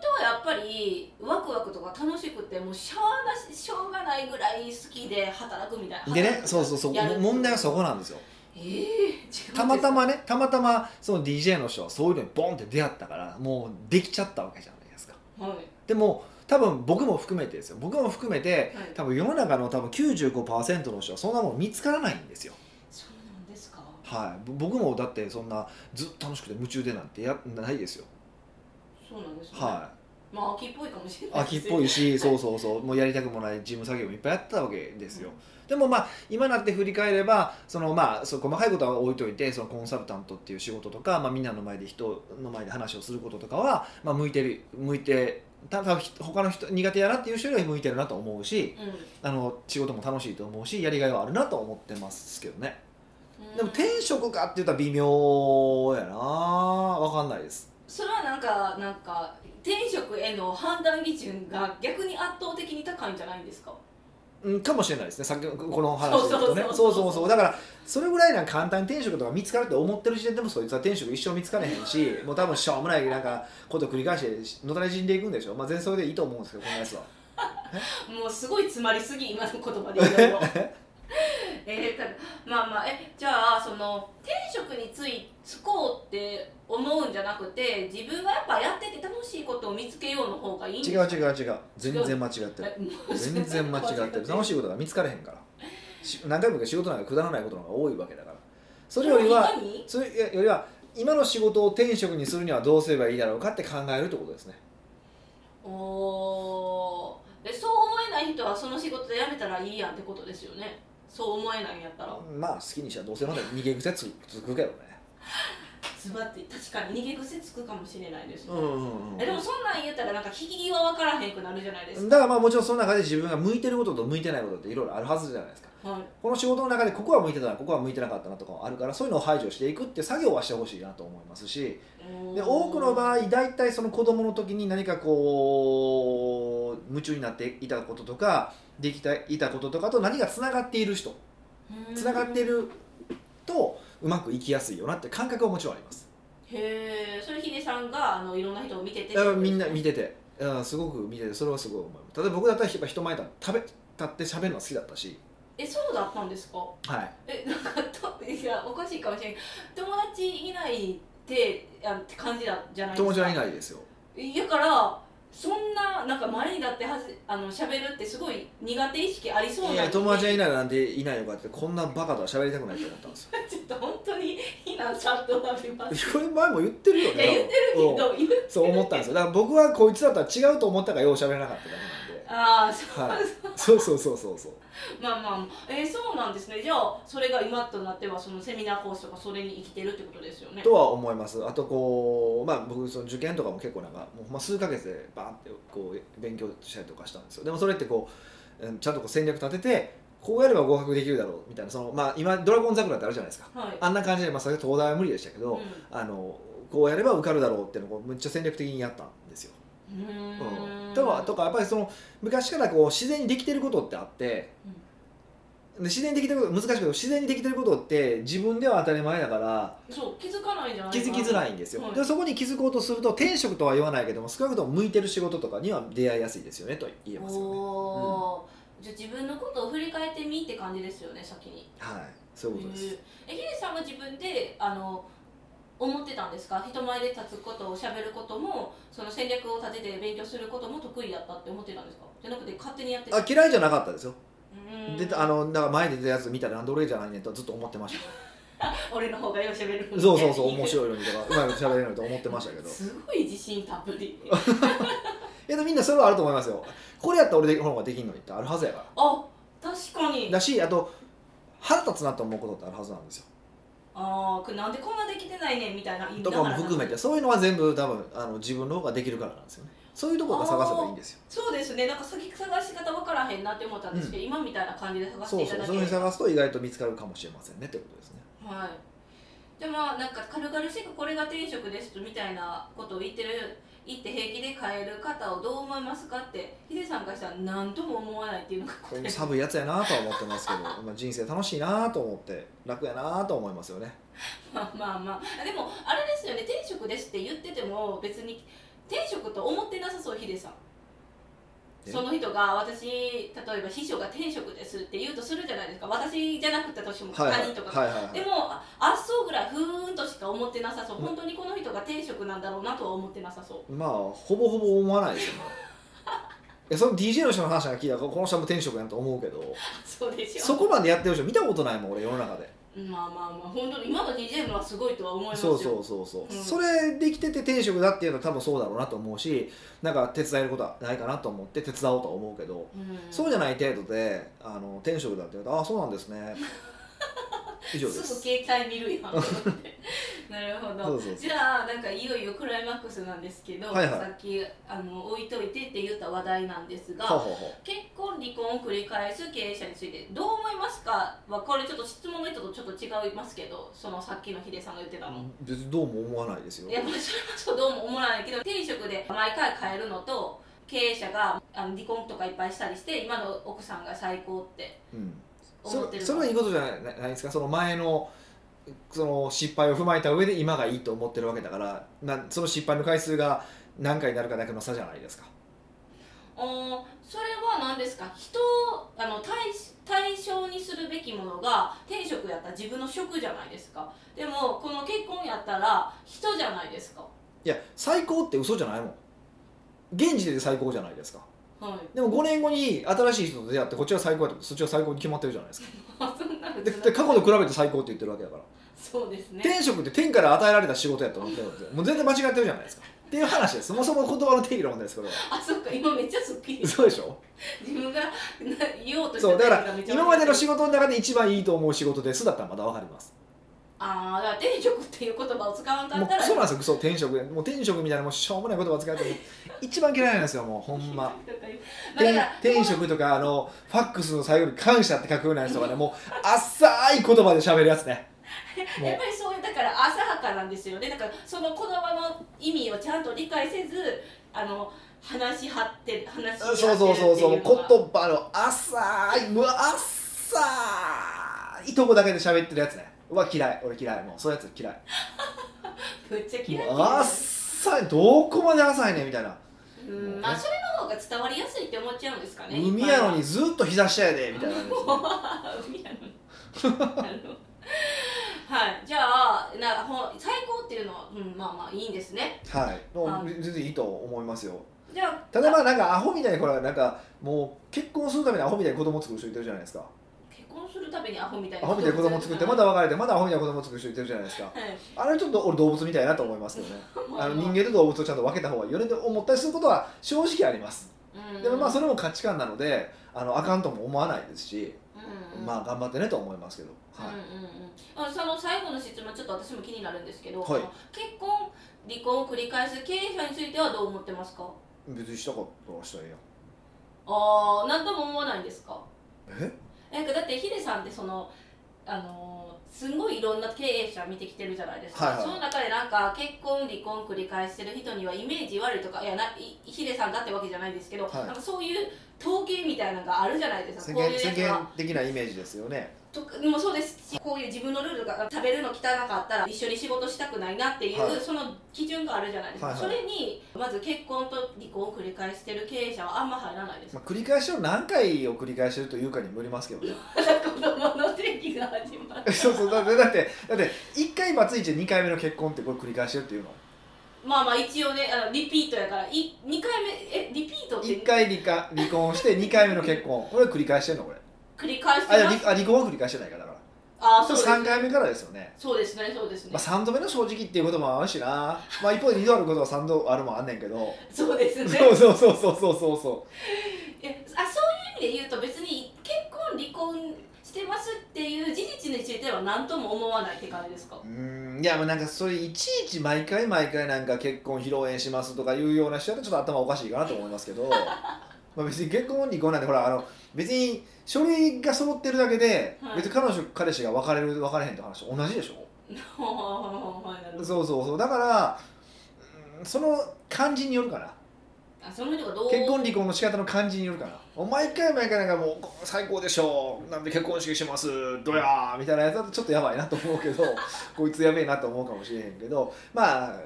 [SPEAKER 2] トはやっぱりワクワクとか楽しくてもうしゃあなししょうがないぐらい好きで働くみたいな
[SPEAKER 1] でねそうそうそう
[SPEAKER 2] やる
[SPEAKER 1] も問題はそこなんですよ
[SPEAKER 2] えー違う
[SPEAKER 1] たまたまねたまたまその DJ の人はそういうのにボンって出会ったからもうできちゃったわけじゃないですか
[SPEAKER 2] はい
[SPEAKER 1] でも多分僕も含めてですよ僕も含めて
[SPEAKER 2] はい
[SPEAKER 1] 多分世の中の多分95%の人はそんなもん見つからないんですよ
[SPEAKER 2] そうなんですか
[SPEAKER 1] はい、ぼ僕もだってそんなずっと楽しくて夢中でなんてやないですよ、
[SPEAKER 2] そうなんですね、
[SPEAKER 1] は
[SPEAKER 2] まあ秋っぽいかもしれ
[SPEAKER 1] い、
[SPEAKER 2] ない
[SPEAKER 1] 秋っぽいしそうそうそうもうやりたくもない事務作業もいっぱいやってたわけですよ、でもまあ今なって振り返ればそのまあそう細かいことは置いといてそのコンサルタントっていう仕事とか、まあ、みんなの前で人の前で話をすることとかは、まあ、向いてる向いてただ他の人苦手やなっていう人よりは向いてるなと思うし
[SPEAKER 2] う
[SPEAKER 1] あの仕事も楽しいと思うしやりがいはあるなと思ってますけどね
[SPEAKER 2] ん、
[SPEAKER 1] でも転職かって言ったら微妙やなわかんないです
[SPEAKER 2] それはなんかなんか転職への判断基準が逆に圧倒的に高いんじゃないんですか
[SPEAKER 1] うんかもしれないですねさっきのこの話ですとね
[SPEAKER 2] そ
[SPEAKER 1] そ
[SPEAKER 2] うそううそうそ
[SPEAKER 1] そうそ
[SPEAKER 2] う
[SPEAKER 1] うだからそれぐらいなんか簡単に転職とか見つかるって思ってる時点でもそいつは転職一生見つかれへん しもう多分しょうもないなんかことを繰り返してのたれ死んでいくんでしょまあ全それでいいと思うんですけどこのやつは
[SPEAKER 2] もうすごい詰まりすぎ今の言葉でいろい ろえーただまあまあえじゃあその転職についつこうって思うんじゃなくて自分がやっぱやってて楽しいことを見つけようの方がいいん
[SPEAKER 1] 違う違う違う全然間違ってる
[SPEAKER 2] えもう
[SPEAKER 1] 全然間違ってる楽しいことが見つかれへんからし何回も言うけど仕事なんかくだらないことの方が多いわけだからそれより
[SPEAKER 2] い
[SPEAKER 1] は
[SPEAKER 2] かに
[SPEAKER 1] それいやよりは今の仕事を転職にするにはどうすればいいだろうかって考えるってことですね
[SPEAKER 2] おーでそう思えない人はその仕事で辞めたらいいやんってことですよねそう思えないんやったら
[SPEAKER 1] まあ好きにしたらどうせまだ逃げ癖つつくけどね
[SPEAKER 2] ズバって確かに逃げ癖つくかもしれないです、
[SPEAKER 1] ん
[SPEAKER 2] えでもそんなん言ったらなんか引き際分からへんくなるじゃないですか、
[SPEAKER 1] だからまあもちろんその中で自分が向いてることと向いてないことっていろいろあるはずじゃないですか
[SPEAKER 2] はい、
[SPEAKER 1] この仕事の中でここは向いてたなここは向いてなかったなとかもあるからそういうのを排除していくって作業はしてほしいなと思いますしで多くの場合大体その子供の時に何かこう夢中になっていたこととかできていたこととかと何がつながっている人つながっているとうまくいきやすいよなって感覚はもちろんあります
[SPEAKER 2] へえそれヒデさんがあのいろんな人を見てて
[SPEAKER 1] だからみんな見
[SPEAKER 2] て
[SPEAKER 1] ててうんすごく見ててそれはすごい思います例えば僕だったらやっぱ人前だ食べ立って喋るのは好きだったし
[SPEAKER 2] えそうだったんですか
[SPEAKER 1] はい
[SPEAKER 2] えなんかといやおかしいかもしれない友達いないってあって感じだじゃないです
[SPEAKER 1] 友
[SPEAKER 2] か
[SPEAKER 1] 達はいないですよ
[SPEAKER 2] いやからそんななんか前にだってはずあの喋るってすごい苦手意識ありそうなん
[SPEAKER 1] い
[SPEAKER 2] で
[SPEAKER 1] や友達はいないなんていないのかってこんなバカとは喋りたくないと思ったんですよ
[SPEAKER 2] ちょっと本当に非難殺到なります
[SPEAKER 1] これ前も言ってるよ
[SPEAKER 2] いや
[SPEAKER 1] ね
[SPEAKER 2] 言ってるけ
[SPEAKER 1] うん
[SPEAKER 2] ど言う
[SPEAKER 1] そう思ったんですよだから僕はこいつだったら違うと思ったからよう喋れなかっただけ
[SPEAKER 2] ああそう、
[SPEAKER 1] なんで、はい、そうそうそうそうそう
[SPEAKER 2] まあまあえーそうなんですねじゃあそれが今となってはそのセミナー講師とかそれに生きてるってことですよね
[SPEAKER 1] とは思いますあとこうまあ僕その受験とかも結構なんかもうほんま数ヶ月でバーってこう勉強したりとかしたんですよでもそれってこううんちゃんとこう戦略立ててこうやれば合格できるだろうみたいなそのまあ今ドラゴン桜ってあるじゃないですか
[SPEAKER 2] はい
[SPEAKER 1] あんな感じでまあそれ東大は無理でしたけど、
[SPEAKER 2] う
[SPEAKER 1] あのこうやれば受かるだろうっていうのをこうめっちゃ戦略的にやったんですよ
[SPEAKER 2] んうーん
[SPEAKER 1] とはとかやっぱりその昔からこう自然にできてることってあって、で自然にできてること難しいけど自然にできてることって自分では当たり前だから
[SPEAKER 2] そう気づかないんじゃない
[SPEAKER 1] 気づきづ
[SPEAKER 2] い
[SPEAKER 1] らいんですよ、
[SPEAKER 2] はい
[SPEAKER 1] でそこに気づこうとすると転職とは言わないけども少なくとも向いてる仕事とかには出会いやすいですよねと言えますよね
[SPEAKER 2] おお、じゃあ自分のことを振り返ってみって感じですよね先に
[SPEAKER 1] はいそういうことです、
[SPEAKER 2] えヒデさんは自分であの思ってたんですか人前で立つことをしゃべることもその戦略を立てて勉強することも得意だったって思ってたんですかじゃなくて勝手にやってた
[SPEAKER 1] あ嫌いじゃなかったですよ、
[SPEAKER 2] う
[SPEAKER 1] で
[SPEAKER 2] ーん
[SPEAKER 1] あのだから前で出たやつ見たらなんで俺じゃないねんとずっと思ってました
[SPEAKER 2] 俺の方がようしゃべるもんね
[SPEAKER 1] そうそうそう面白いのにとかうまいこと喋れるのにと思ってましたけど
[SPEAKER 2] すごい自信たっぷ り
[SPEAKER 1] いやでもみんなそれはあると思いますよこれやったら俺の方ができんのにってあるはずやから
[SPEAKER 2] あ確かに
[SPEAKER 1] だしあと腹立つなと思うことってあるはずなんですよ
[SPEAKER 2] ああなんでこんなできてないねんみたいな
[SPEAKER 1] とかも含めてそういうのは全部多分あの自分の方ができるからなんですよねそういうところが探せばいいんですよ
[SPEAKER 2] そうですねなんか先探し方分からへんなって思ったんですけど、今みたいな感じで探し
[SPEAKER 1] そ
[SPEAKER 2] て
[SPEAKER 1] う
[SPEAKER 2] いた
[SPEAKER 1] そう
[SPEAKER 2] だ
[SPEAKER 1] そ
[SPEAKER 2] け
[SPEAKER 1] ういうふう
[SPEAKER 2] る
[SPEAKER 1] に探すと意外と見つかるかもしれませんねってこと ですね
[SPEAKER 2] はい、でまあなんか軽々しくこれが転職ですみたいなことを言ってる言って平気で変える方をどう思いますかってヒデさんからしたら何とも思わないっていうのが
[SPEAKER 1] これ
[SPEAKER 2] 答
[SPEAKER 1] も
[SPEAKER 2] え
[SPEAKER 1] 寒いやつやなとは思ってますけど まあ人生楽しいなと思って楽やなと思いますよね
[SPEAKER 2] まあまあまあでもあれですよね転職ですって言ってても別に転職と思ってなさそうヒデさん
[SPEAKER 1] え
[SPEAKER 2] その人が私例えば秘書が転職ですって言うとするじゃないですか私じゃなくたとしても
[SPEAKER 1] はい
[SPEAKER 2] 他
[SPEAKER 1] はい
[SPEAKER 2] 人とか
[SPEAKER 1] はいはいは
[SPEAKER 2] で
[SPEAKER 1] い
[SPEAKER 2] もああっそうぐらいふーんとしか思ってなさそう
[SPEAKER 1] うん
[SPEAKER 2] 本当にこの人が転職なんだろうなとは思ってなさそう
[SPEAKER 1] まあほぼほぼ思わない ですよねいやその DJ の人の話が聞いたらこの人はもう転職やんと思うけど
[SPEAKER 2] そうでしょ
[SPEAKER 1] そこまでやってる人見たことないもん俺世の中で
[SPEAKER 2] まあまあまあ本当に今の DJ のはすごいとは思いますよ
[SPEAKER 1] そうそうそうそう、
[SPEAKER 2] うん
[SPEAKER 1] それできてて転職だっていうのは多分そうだろうなと思うしなんか手伝えることはないかなと思って手伝おうとは思うけど、
[SPEAKER 2] うん
[SPEAKER 1] そうじゃない程度であの転職だって言うとああそうなんです ね以上ですす
[SPEAKER 2] ぐ携帯見るやん なるほど
[SPEAKER 1] そうそう
[SPEAKER 2] じゃあなんかいよいよクライマックスなんですけど、
[SPEAKER 1] はいはい
[SPEAKER 2] さっきあの置いといてって言った話題なんですが
[SPEAKER 1] ほうほうほう
[SPEAKER 2] 結婚離婚を繰り返す経営者についてどう思いますかはこれちょっと質問の人とちょっと違いますけどそのさっきのヒデさんが言ってたの、
[SPEAKER 1] 別にどうも思わないですよ
[SPEAKER 2] いやまあそれはちょっとどうも思わないけど転職で毎回変えるのと経営者があの離婚とかいっぱいしたりして今の奥さんが最高って
[SPEAKER 1] うん、
[SPEAKER 2] 思っ
[SPEAKER 1] そ
[SPEAKER 2] てる
[SPEAKER 1] それはいいことじゃないないですかその前のその失敗を踏まえた上で今がいいと思ってるわけだからなその失敗の回数が何回になるかだけの差じゃないですか
[SPEAKER 2] おーそれは何ですか人をあの対し対象にするべきものが転職やったら自分の職じゃないですかでもこの結婚やったら人じゃないですか
[SPEAKER 1] いや最高って嘘じゃないもん現時点で最高じゃないですか
[SPEAKER 2] はい
[SPEAKER 1] でも5年後に新しい人と出会ってこっちは最高やとそっちは最高に決まってるじゃないですか
[SPEAKER 2] あそんなの
[SPEAKER 1] でで過去と比べて最高って言ってるわけだから
[SPEAKER 2] そうですね
[SPEAKER 1] 天職って天から与えられた仕事やと思ってるんですよもう全然間違ってるじゃないですかっていう話ですそもそも言葉の定義の問題ですこれは
[SPEAKER 2] あそっか今めっちゃすっきりし
[SPEAKER 1] そうでしょ
[SPEAKER 2] た自分がな言おうとした
[SPEAKER 1] そうだから
[SPEAKER 2] タイミングがめちゃ
[SPEAKER 1] 今までの仕事の中で一番いいと思う仕事ですだったらまだ分かります
[SPEAKER 2] ああだから転職っていう言葉を使わんか
[SPEAKER 1] も
[SPEAKER 2] っ
[SPEAKER 1] う
[SPEAKER 2] たら
[SPEAKER 1] そうなんですよクソ転職もう転職みたいなもうしょうもない言葉使って一番嫌いなんですよもうほんま
[SPEAKER 2] まあだから
[SPEAKER 1] 転転
[SPEAKER 2] も
[SPEAKER 1] 職とかあのファックスの最後に「感謝」って書くようなやつとかねもう浅い言葉で喋るやつ ね
[SPEAKER 2] うやっ
[SPEAKER 1] も
[SPEAKER 2] ぱりそういうだから浅はかなんですよねだからその言葉の意味をちゃんと理解せずあの話し合って話し合っ
[SPEAKER 1] う
[SPEAKER 2] て
[SPEAKER 1] そうそうそうそう
[SPEAKER 2] るっ
[SPEAKER 1] 言
[SPEAKER 2] ていのが
[SPEAKER 1] 葉の浅いうわ浅いとこだけで喋ってるやつねうわ嫌い俺嫌いもうそういうやつ嫌い
[SPEAKER 2] めっちゃ嫌い
[SPEAKER 1] もう浅いどこまで浅いねみたいな
[SPEAKER 2] うんまあそれの方が伝わりやすいって思っちゃうんですかね
[SPEAKER 1] 海やのにずっと膝下やでみたいな感じですね
[SPEAKER 2] 海やのに あのはいじゃあなほん最高っていうのは、うん、まあまあいいんですね
[SPEAKER 1] はいも
[SPEAKER 2] は
[SPEAKER 1] う全然いいと思いますよ
[SPEAKER 2] じゃあ
[SPEAKER 1] ただまあなんかアホみたいにこれはなんかもう結婚するためにアホみたいに子供作る人いてるじゃないですか
[SPEAKER 2] 結婚するためにアホみたい
[SPEAKER 1] ア
[SPEAKER 2] な
[SPEAKER 1] ホみたいに子供作ってまた別れてまだアホみたいな子供作る人いてるじゃないですか
[SPEAKER 2] はい
[SPEAKER 1] あれちょっと俺動物みたいなと思いますけどねあの人間と動物をちゃんと分けた方がいいよねって思ったりすることは正直あります
[SPEAKER 2] うん
[SPEAKER 1] でもまあそれも価値観なのであのあかんとも思わないですし
[SPEAKER 2] うんうん
[SPEAKER 1] まあ頑張ってねとは思いますけど、
[SPEAKER 2] うん
[SPEAKER 1] はい
[SPEAKER 2] うんうんあ、その最後の質問ちょっと私も気になるんですけど、
[SPEAKER 1] はい
[SPEAKER 2] 結婚離婚を繰り返す経営者についてはどう思ってますか
[SPEAKER 1] 別にしたかったらしたらいいよ
[SPEAKER 2] ああ何とも思わないんですか
[SPEAKER 1] え
[SPEAKER 2] なんかだってヒデさんってそのあのーすんごいいろんな経営者見てきてるじゃないですか、
[SPEAKER 1] はいはい
[SPEAKER 2] その中でなんか結婚離婚繰り返してる人にはイメージ悪いとかいやないヒデさんだってわけじゃないですけど、
[SPEAKER 1] はい
[SPEAKER 2] なんかそういう統計みたいなのがあるじゃないです
[SPEAKER 1] 世
[SPEAKER 2] かこ
[SPEAKER 1] 間
[SPEAKER 2] ういう
[SPEAKER 1] 世
[SPEAKER 2] やつ
[SPEAKER 1] 間
[SPEAKER 2] は
[SPEAKER 1] 的なイメージですよね
[SPEAKER 2] とかもそうですしこういう自分のルールが食べるの汚かったら一緒に仕事したくないなっていう、
[SPEAKER 1] はい
[SPEAKER 2] その基準があるじゃないですか、
[SPEAKER 1] はいはい
[SPEAKER 2] それにまず結婚と離婚を繰り返してる経営者はあんま入らないです
[SPEAKER 1] まあ、繰り返しを何回を繰り返してるというかにもよりますけどね
[SPEAKER 2] 子供の定義が始まる
[SPEAKER 1] そうそうだってだってだって1回バツイチで2回目の結婚ってこれ繰り返してるっていうの
[SPEAKER 2] まあまあ一応ねあのリピートやからい2回目えリピートって
[SPEAKER 1] 1回離か離婚して2回目の結婚これ繰り返してるのこれ
[SPEAKER 2] 繰り返し
[SPEAKER 1] あいや
[SPEAKER 2] てます
[SPEAKER 1] 離あ離婚は繰り返してないからだか
[SPEAKER 2] あ
[SPEAKER 1] ら
[SPEAKER 2] あそ
[SPEAKER 1] そうう
[SPEAKER 2] です
[SPEAKER 1] 3回目からですよね、
[SPEAKER 2] そうですねそうですね、
[SPEAKER 1] まあ、3度目の正直っていうこともあるしな、まあ、一方で2度あることは3度あるもあんねんけ ど
[SPEAKER 2] そうですね
[SPEAKER 1] そうそうそうそうそうそうそ
[SPEAKER 2] えあそういう意味で言うと別に結婚離婚してますっていう事実については何とも思わないって感じですか
[SPEAKER 1] ううーんいやまあなんかそれいちいち毎回毎回なんか結婚披露宴しますとかいうような人だとちょっと頭おかしいかなと思いますけ どまあ別に結婚離婚なんてほらあの別に書類が揃ってるだけで、
[SPEAKER 2] はい
[SPEAKER 1] 別に彼女彼氏が別れる別れへんって話と同じでしょ
[SPEAKER 2] はいなるほど
[SPEAKER 1] そうそうそうだからうんその感じによるかな
[SPEAKER 2] あその人がどう
[SPEAKER 1] 結婚離婚の仕方の感じによるかなもう毎回毎回なんかもう最高でしょなんで結婚式しますどやーみたいなやつだとちょっとやばいなと思うけど こいつやべえなと思うかもしれへんけどまあ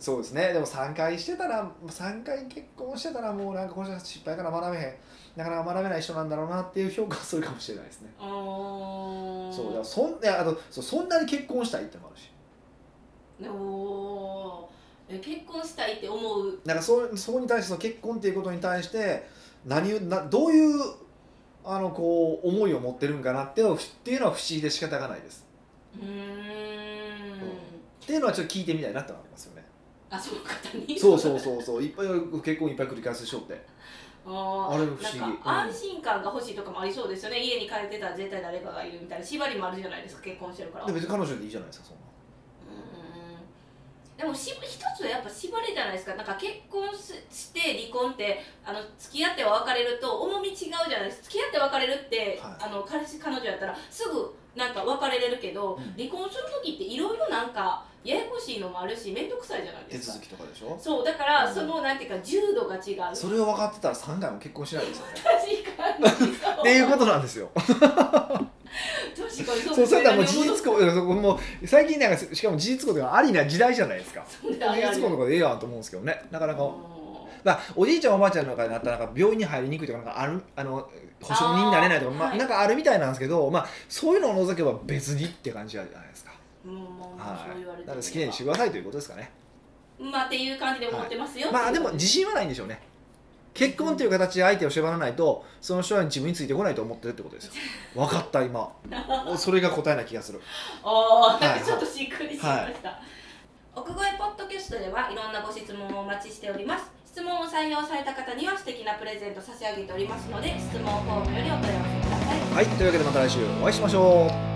[SPEAKER 1] そうですねでも3回してたら3回結婚してたらもうなんかこの人は失敗から学べへんなかなか学べない人なんだろうなっていう評価をするかもしれないですね、
[SPEAKER 2] うーん
[SPEAKER 1] そうだからそんいやあとそうそんなに結婚したいってのもあるし
[SPEAKER 2] おーえ結婚したいって思う
[SPEAKER 1] なんかそうそこに対してその結婚っていうことに対して何をなどういうあのこう思いを持ってるんかなっていうのっていうのは不思議で仕方がないです
[SPEAKER 2] うーん
[SPEAKER 1] うんっていうのはちょっと聞いてみたいなってのはありますよね
[SPEAKER 2] あその方に
[SPEAKER 1] そうそうそうそう いっぱい結婚いっぱい繰り返す人って
[SPEAKER 2] あ
[SPEAKER 1] あ
[SPEAKER 2] ー
[SPEAKER 1] れ不思議
[SPEAKER 2] なん
[SPEAKER 1] うん
[SPEAKER 2] か安心感が欲しいとかもありそうですよね、家に帰ってたら絶対誰かがいるみたいな縛りもあるじゃないですか結婚してるからう
[SPEAKER 1] で
[SPEAKER 2] んうん
[SPEAKER 1] 別に彼女でいいじゃないですかそんな
[SPEAKER 2] でもし一つはやっぱ縛りじゃないですかなんか結婚しして離婚ってあの付き合っては別れると重み違うじゃないですか付き合って別れるって、
[SPEAKER 1] はい
[SPEAKER 2] あの彼氏彼女やったらすぐなんか別れれるけど、
[SPEAKER 1] うん
[SPEAKER 2] 離婚する時っていろいろなんかややこしいのもあるし面倒くさいじゃない
[SPEAKER 1] 手
[SPEAKER 2] です
[SPEAKER 1] 続
[SPEAKER 2] か
[SPEAKER 1] きとかでしょ
[SPEAKER 2] そうだから、
[SPEAKER 1] うん
[SPEAKER 2] そのなんていうか重度が違う
[SPEAKER 1] それを分かってたら3回も結婚しないですよね
[SPEAKER 2] 確かにそう
[SPEAKER 1] っていうことなんですよ
[SPEAKER 2] 確かに
[SPEAKER 1] そうそれだもう
[SPEAKER 2] そ
[SPEAKER 1] 事実婚もう最近なんかしかも事実婚とかありな時代じゃないですか
[SPEAKER 2] うだ
[SPEAKER 1] 事
[SPEAKER 2] あれあれ
[SPEAKER 1] 実婚とかでええやんと思うんですけどねなかなか
[SPEAKER 2] う
[SPEAKER 1] だからおじいちゃんおばあちゃんとかになったらなんか病院に入りにくいとかなんかあるあの保証人になれないとか
[SPEAKER 2] あー
[SPEAKER 1] まあ
[SPEAKER 2] はい
[SPEAKER 1] なんかあるみたいなんですけど、まあ、そういうのを除けば別にって感じじゃないですか、
[SPEAKER 2] んもうもう
[SPEAKER 1] は
[SPEAKER 2] そう言われ
[SPEAKER 1] い、
[SPEAKER 2] て
[SPEAKER 1] なの
[SPEAKER 2] る
[SPEAKER 1] で好きなようにしてくださいということですかね
[SPEAKER 2] まあっていう感じで思ってますよ
[SPEAKER 1] まあ
[SPEAKER 2] って
[SPEAKER 1] で
[SPEAKER 2] いうこ
[SPEAKER 1] も
[SPEAKER 2] と
[SPEAKER 1] 自信はないんでしょうね結婚っていう形で相手を縛らないとその人は自分についてこないと思ってるってことですよ分かった 今おそれが答えな気がする
[SPEAKER 2] おお、
[SPEAKER 1] はい
[SPEAKER 2] ちょっとしっくりしました、奥越ポッドキャストではいろんなご質問をお待ちしております質問を採用された方には素敵なプレゼント差し上げておりますので質問フォームよりお問い合わせください
[SPEAKER 1] はいというわけでまた来週お会いしましょう